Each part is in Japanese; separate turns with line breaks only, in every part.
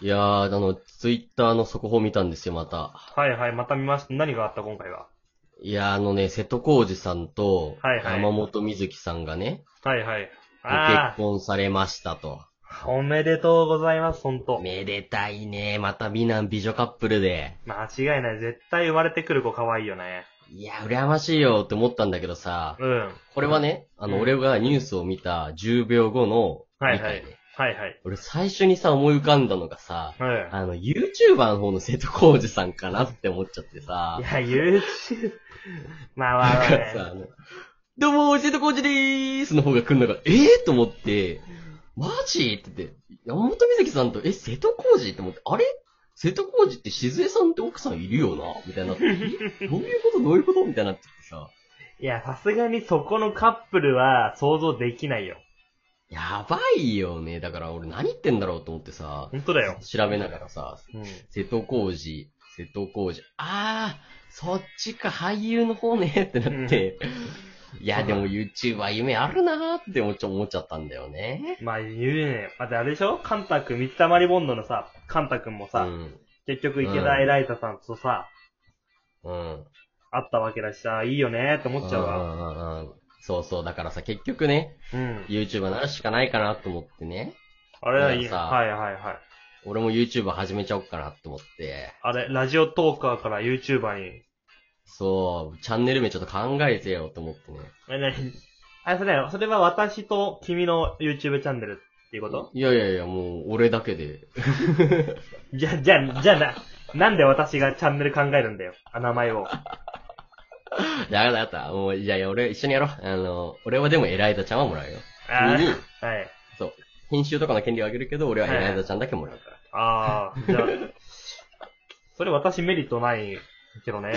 いやー、あの、ツイッターの速報見たんですよ、また。
はいはい、また見ます。何があった今回は。
いやー、あのね、瀬戸康史さんと、
はいはい
山本瑞希さんがね、
はいはい。
ご
あ
結婚されましたと。
あ、おめでとうございます、ほんと。
めでたいね、また美男美女カップルで。
間違いない。絶対生まれてくる子可愛いよね。
いや、羨ましいよって思ったんだけどさ、
うん。
これはね、あ
う
の、
ん
俺がニュースを見た10秒後の
はい
理解で、
はいはいはい。
俺最初にさ、思い浮かんだのがさ、
うん。
あの、YouTuber の方の瀬戸康史さんかなって思っちゃってさ
い、や、YouTube。まあまあまあ
なんかさ、
ね。
あのどうも、瀬戸康史でーすの方が来るのが、えー、と思って、マジって言って、山本美月さんと、え、瀬戸康史って思って、あれ瀬戸康史って静江さんって奥さんいるよなみたいになって、えどういうことどういうことみたいになっちゃってさ、
いや、さすがにそこのカップルは想像できないよ。
やばいよね。だから俺何言ってんだろうと思ってさ、
ほんとだよ。
調べながらさ、
うん。
瀬戸康史、瀬戸康史、あー、そっちか、俳優の方ね、ってなって、いや、でも YouTuber 夢あるなーって思っちゃ思っちゃったんだよね。
まあ言うね。まああれでしょカンタ君、水溜りボンドのさ、カンタ君もさ、
うん。
結局池田エライザさんとさ、
うん。
会ったわけだしさ、いいよねって思っちゃうわ。
うんうんうんうんそうそう、だからさ、結局ね、
うん。
YouTuber になるしかないかなと思ってね、
あれはいい
だ
ね。
からさ
はいはいはい。
俺も YouTuber 始めちゃおうかなと思って、
あれ、ラジオトーカーから YouTuber に。
そう、チャンネル名ちょっと考えてよと思ってね。
え、なにあれ、それ、それは私と君の YouTube チャンネルっていうこと
いやいやいや、もう俺だけで。
じゃ、じゃ、じゃあな、なんで私がチャンネル考えるんだよ。あ、名前を。
だからだった。もう、いやいや、俺一緒にやろう。あの、俺はでもエライザちゃんはもらうよ。
あ
君に
ーはい。
編集とかの権利をあげるけど、俺はエライザちゃんだけもらうから。
ああ、じゃあ、 それ私メリットないけどね。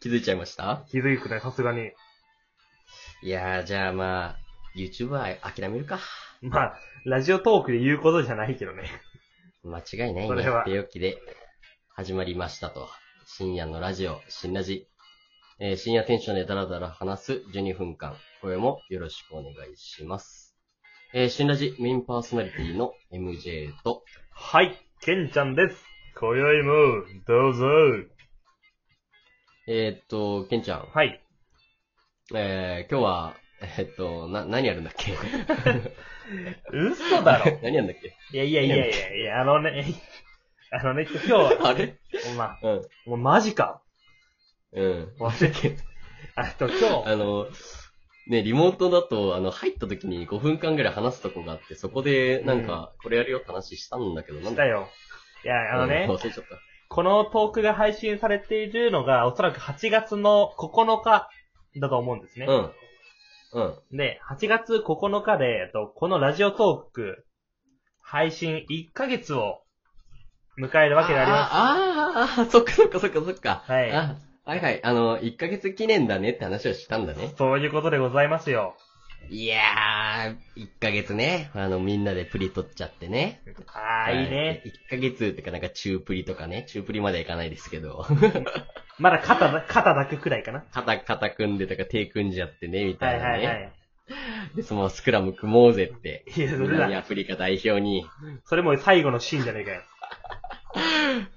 気づいちゃいました
気づくね、さすがに。
いやー、じゃあまあ、YouTuber 諦めるか。
まあ、ラジオトークで言うことじゃないけどね。
間違いない
そ
ね
れは。
手置きで始まりましたと。深夜のラジオ、新ラジ。えー深夜テンションでダラダラ話す12分間。これもよろしくお願いします。えー新ラジメインパーソナリティの MJ と、
はい、ケンちゃんです。今宵も、どうぞ。
えーっと、ケンちゃん。
はい。
えー、今日は、えーっと、な、何やるんだっけ
嘘だろ。
何やるんだっけ
いやいやいやいやいや、あのね、 あのね、今日、
あれ
お前、
うん。
もうマジか。
うん。
忘れて。 あと今
あの、ね、リモートだと、あの、入った時に5分間ぐらい話すとこがあって、そこで、なんか、これやるよって話したんだけど、
日、
な
し
んだ
たよ。いや、あのね
うん、忘れちゃった。
このトークが配信されているのが、おそらく8月の9日だと思うんですね。
うん。うん。
で、8月9日で、えっとこのラジオトーク、配信1ヶ月を迎えるわけであります。
あーあー、あーそっかそっかそっかそっか。
はい
あはいはい。あの、1ヶ月記念だねって話をしたんだね。
そういうことでございますよ。
いやー、1ヶ月ね。あの、みんなでプリ取っちゃってね。
ああ、いいね。。
1ヶ月ってかなんか中プリとかね。中プリまではいかないですけど。
まだ肩だ、肩だけくらいかな。
肩、肩組んでとか手組んじゃってね、み
は
た
い
いなね。
はいはい。
で、そのままスクラム組もうぜって。
いや、それ
南
だ。
アフリカ代表に。
それもう最後のシーンじゃねえかよ。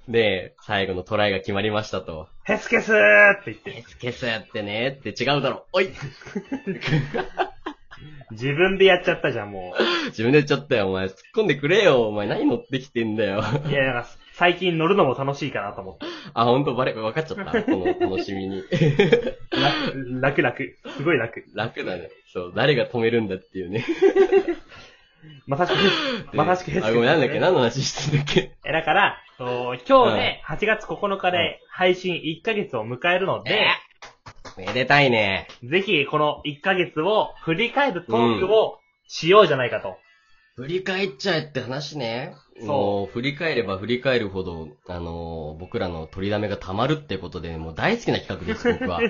で、最後のトライが決まりましたと。
ヘスケスーって言って。
ケスケスってねって違うだろ。おい
自分でやっちゃったじゃん、も
自分で言っちゃったよ、お前。突っ込んでくれよ、お前。何乗ってきてんだよ。
う。いや、なんか、最近乗るのも楽しいかなと思って。
あ、ほんと、バレ、分かっちゃった。この楽しみに。
楽、楽々。すごい楽。
楽だね。そう、誰が止めるんだっていうね。
まさしく、まさしくヘスケ
あ、
ス。
ごめん、なんだっけ何の話してんだっけ
え、だから、そう今日ね、8月9日で配信1ヶ月を迎えるので、
めでたいね。
ぜひこの1ヶ月を振り返るトークをしようじゃないかと。
振り返っちゃえって話ね。
そう
もう、振り返れば振り返るほど、あのー僕らの取りだめ が溜まるってことで、もう大好きな企画です、僕は。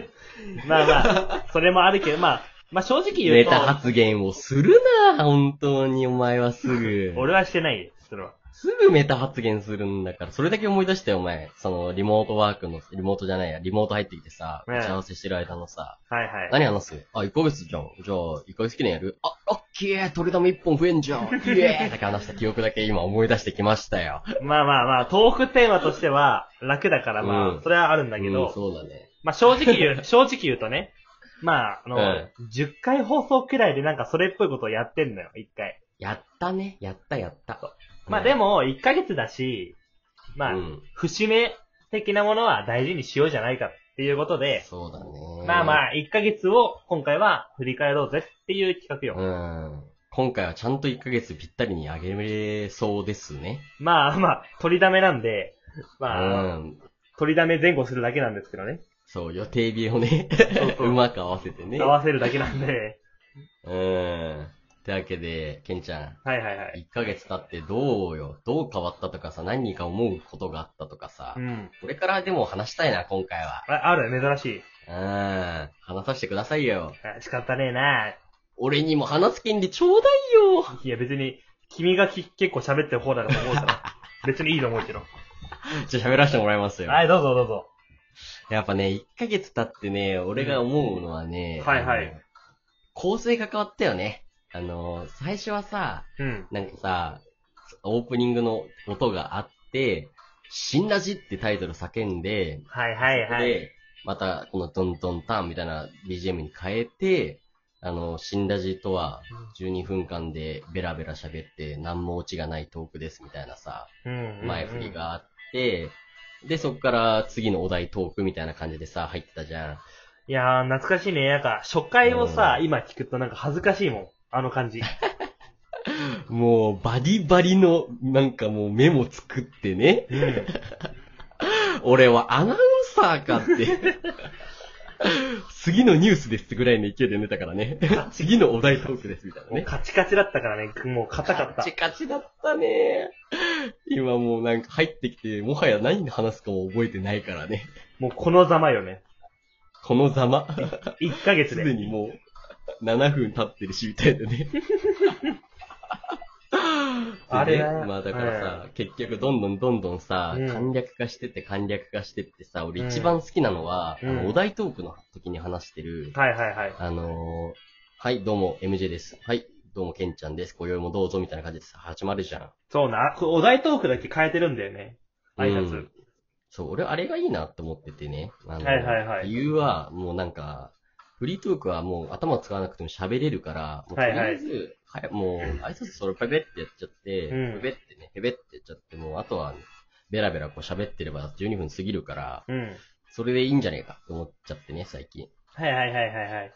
まあまあ、それもあるけど、まあ、まあ、正直言
ネ
うと、
タ発言をするな、本当にお前はすぐ。
俺はしてないよ、それは。
すぐメタ発言するんだから、それだけ思い出したよ、お前。その、リモートワークの、リモートじゃないや、リモート入ってきてさ、
ええ
打ち合わせしてる間のさ、
はいはい。
何話すあ、1ヶ月じゃん。じゃあ、1ヶ月記念やるあ、オッケー取り玉1本増えんじゃんイエーイだけ話した記憶だけ今思い出してきましたよ。
まあまあまあ、トークテーマとしては楽だからまあ、
うん
それはあるんだけ
うん、
ど、
そうだね。
まあ正 直言う、正直言うとね、まあ、あの、
え
10回放送くらいでなんかそれっぽいことをやってんのよ、1回。
やったね。やった、やった。
まあでも、1ヶ月だし、まあ、
うん、
節目的なものは大事にしようじゃないかっていうことで、
そうだね。
まあまあ、1ヶ月を今回は振り返ろうぜっていう企画よ。
うん。今回はちゃんと1ヶ月ぴったりにあげれそうですね。
まあまあ、取りだめなんで、まあ、
うん。
取りだめ前後するだけなんですけどね。
そう、予定日をね、
そうそう
うまく合わせてね。
合わせるだけなんで、
うーん。ってわけで、ケンちゃ
はいはいは
ん、
い。
1ヶ月経ってどうよ、どう変わったとかさ、何か思うことがあったとかさ
う、ん。
これからでも話したいな、今回は。
あ、ある、珍しい。
うーん。話させてくださいよ。
あ仕方ねえな
俺にも話す権利ちょうだいよ。
いや別に、君がき結構喋ってる方だと思うから、別にいいと思うけど。
じゃあ喋らせてもらいますよ。
はい、どうぞどうぞ。
やっぱね、1ヶ月経ってね、俺が思うのはね、
はいはい
あの。構成が変わったよね。あの、最初はさ、
うん。
なんかさ、オープニングの音があって、新ラジってタイトル叫んで、
はいはいはい。
で、また、このドンドンターンみたいな BGM に変えて、あの、新ラジとは12分間でベラベラ喋って何もオチがないトークですみたいなさ、
うん
前振り。があって、で、そっから次のお題トークみたいな感じでさ、入ってたじゃん。
いやー、懐かしいね。なんか、初回をさ、
う
今聞くとなんか恥ずかしいもん。あの感じ。
もう、バリバリの、なんかもうメモ作ってね。
うん。
俺はアナウンサーかって。次のニュースですぐらいの勢いで寝たからね。次のお題トークですみたいな
もう
ね。
カチカチだったからね。もう硬かっ
カ
た
チ。カチだったね。今もうなんか入ってきて、もはや何で話すかも覚えてないからね。
もうこのざまよね。
このざま。
1ヶ月
すで
で。
にもう7分経ってるし、みたいなね。
あ
で
れ
ね まあだからさ、結局どんどんどんどんさ、
うん
簡略化してって簡略化してってさ、
う
俺
ん
一番好きなのは、
うん
あのお題トークの時に話してる、
はいはいはい。
あのーはい、どうも MJ です。はい、どうもケンちゃんです。今宵もどうぞみたいな感じでさ、始まるじゃん。
そうな。こお題トークだけ変えてるんだよね。挨拶。
うんそう、俺あれがいいなって思っててね。あの
はいはいはい
理由は、もうなんか、フリートークはもう頭使わなくても喋れるから、もうと
はい
りあ
はい
えず、はいもう挨拶それペペってやっちゃって、
う
ペ
ん
ペってね、ペペってやっちゃって、もうあとは、ベラベラこう喋ってれば12分過ぎるから、
うん。
それでいいんじゃねえかって思っちゃってね、最近。い
はいはいはいはいはい。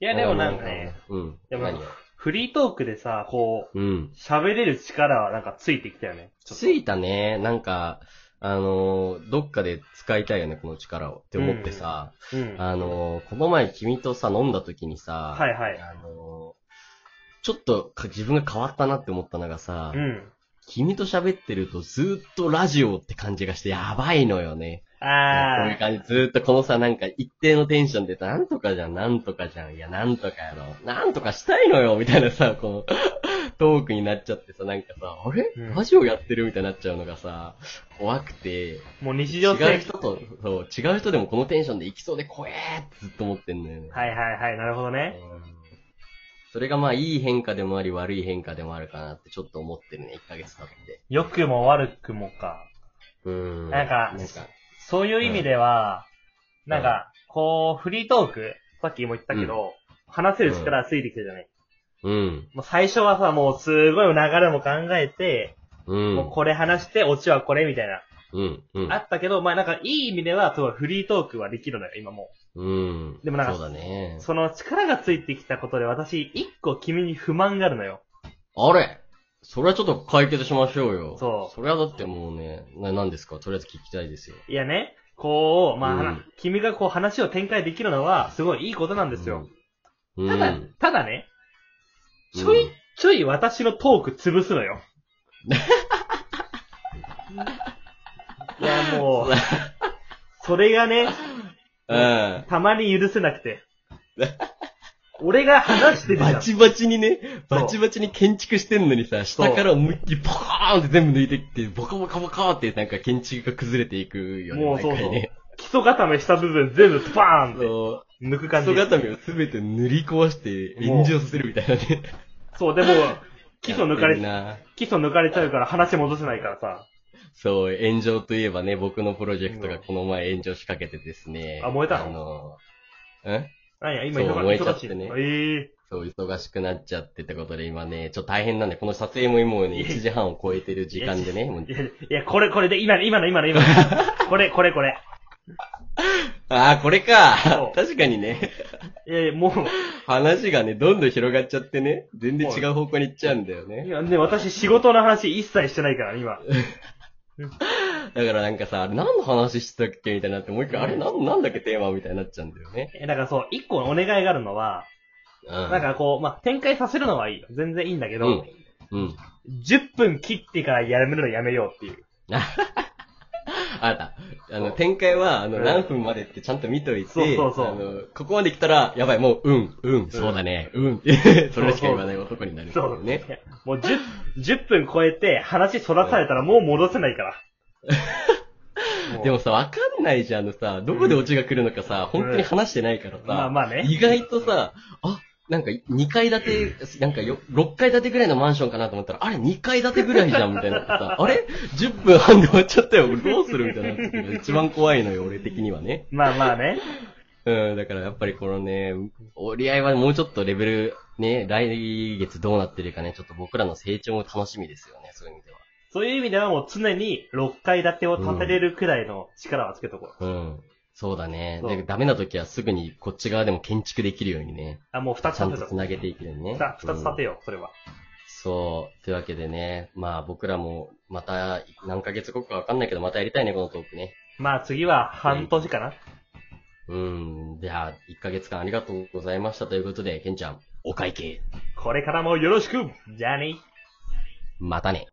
いやでもなんかね、、
うん。
でも
何よ
フリートークでさ、こう、
うん。
喋れる力はなんかついてきたよね。ちょっと
ついたね、なんか、あのーどっかで使いたいよね、この力をって思ってさ、
うん。
あのーこの前君とさ、飲んだ時にさ、
はいはい。
あのーちょっとか自分が変わったなって思ったのがさ、
うん。
君と喋ってるとずーっとラジオって感じがしてやばいのよね。こうい
あ
う感じ、ずーっとこのさ、なんか一定のテンションで、なんとかじゃん、なんとかじゃん、いや、なんとかやろ、なんとかしたいのよ、みたいなさ、この、トークになっちゃってさ、なんかさ、あれ
うん
ラジオやってるみたいになっちゃうのがさ、怖くて、
ー。もう日
違
常
う
生
人
活。
と、そう、違う人でもこのテンションで行きそうで怖えってずっと思ってんのよね。
はいはいはい。なるほどね。
うんそれがまあ、いい変化でもあり、悪い変化でもあるかなってちょっと思ってるね、1ヶ月経って。
良くも悪くもか。
うん。
なんか
なんか、
そういう意味では、
うん
なんか、こう、フリートーク、さっきも言ったけど、話せる力はついてきたじゃない。
うん。
もう最初はさ、もうすごい流れも考えて、
うん。
もうこれ話して、オチはこれみたいな。
うん。うん
あ。ったけど、まあなんかいい意味では、すごいフリートークはできるのよ、今もう。
うん。
でもなんか
そうだね。
その力がついてきたことで私、一個君に不満があるのよ。
あれそれはちょっと解決しましょうよ。
そう
それはだってもうね、な、なんですかとりあえず聞きたいですよ。
いやね、こう、まあ、
うん
君がこう話を展開できるのは、すごいいいことなんですよ。
うん。
た
う
だ
ん、
ただね、ちょい、ちょい私のトーク潰すのよ。いや、もう、それがね、
うん。
たまに許せなくて。俺が話してるじゃん
バ。チバチにね、
そう
バチバチに建築してんのにさ、
そう
下から思いっきりポカーンって全部抜いてきて、ボカボカボカーってなんか建築が崩れていくよね、
もうそうそう
毎回ね。
基礎固めした部分全部バーンっ
そ
て
う。
抜く
基
感じ
礎。固めをすべて塗り壊して炎上させるみたいなね。
そう、でも、 基礎抜か
やってん
れ、
な
基礎抜かれちゃうから話戻せないからさ。
そう、炎上といえばね、僕のプロジェクトがこの前炎上しかけてですね。
あ燃えたの
のえ
なんや、今
そう燃えちゃ
忙
っ
しい。
てね
ええ
そう、忙しくなっちゃってってことで今ね、ちょっと大変なんで、この撮影も今もうね、1時半を超えてる時間でね、もう
いや、いや、これ、これで、今の、今の、今の、 今の。これ、これ、これ。
ああ、これ
そ
か
う。
確かにね、
いやいや、も
話がね、どんどん広がっちゃってね、全然違う方向に行っちゃうんだよ
う、い
ね。
やね、私仕事の話一切してないから、今。
だからなんかさ、あれ何の話してたっけみたいになって、もう一回、
うん
あれなんなんだっけテーマみたいになっちゃうんだよね。
え、だからそう、一個お願いがあるのは、
うん。
なんかこう、まあ、展開させるのはいいよ。全然いいんだけど、
うんうん。
10分切ってからやめるのやめようっていう。
あなた、あの、展開は、あの、
うん
何分までってちゃんと見といて、
そうそうそう
あの、ここまで来たら、やばい、もう、うん、うん、そうだね、 うん、それしか言わない男になるんですよね。
いやもう10、10分超えて話そらされたらもう戻せないから。も う
でもさ、わかんないじゃん、あのさ、どこでオチが来るのかさ、
うん
本当に話してないからさ、
まあまあね。
意外とさ、あ、なんか2階建て、なんかよ6階建てぐらいのマンションかなと思ったら、あれ2階建てぐらいじゃんみたいになって さ、あれ ?10 分半で終わっちゃったよ、俺どうするみたいになってくる一番怖いのよ、俺的にはね。
まあまあね。
うん、だからやっぱりこのね、折り合いはもうちょっとレベル、ね、来月どうなってるかね、ちょっと僕らの成長も楽しみですよね、そういう意味では。
そういう意味ではもう常に6階建てを建てれるくらいの力はつけとこう。
うん。そうだね。
そう
でダメな時はすぐにこっち側でも建築できるようにね。
あ、もう2つ
ちゃ
建
ん
て
と
た。
繋げていくようにね。
さ二つ
うん
立てよう、それは。
そう。というわけでね、まあ僕らもまた何ヶ月後かわかんないけど、またやりたいね、このトークね。
まあ次は半年かな。
うん。じゃあ、1ヶ月間ありがとうございましたということで、ケンちゃん、お会計、
これからもよろしくじゃあね
またね。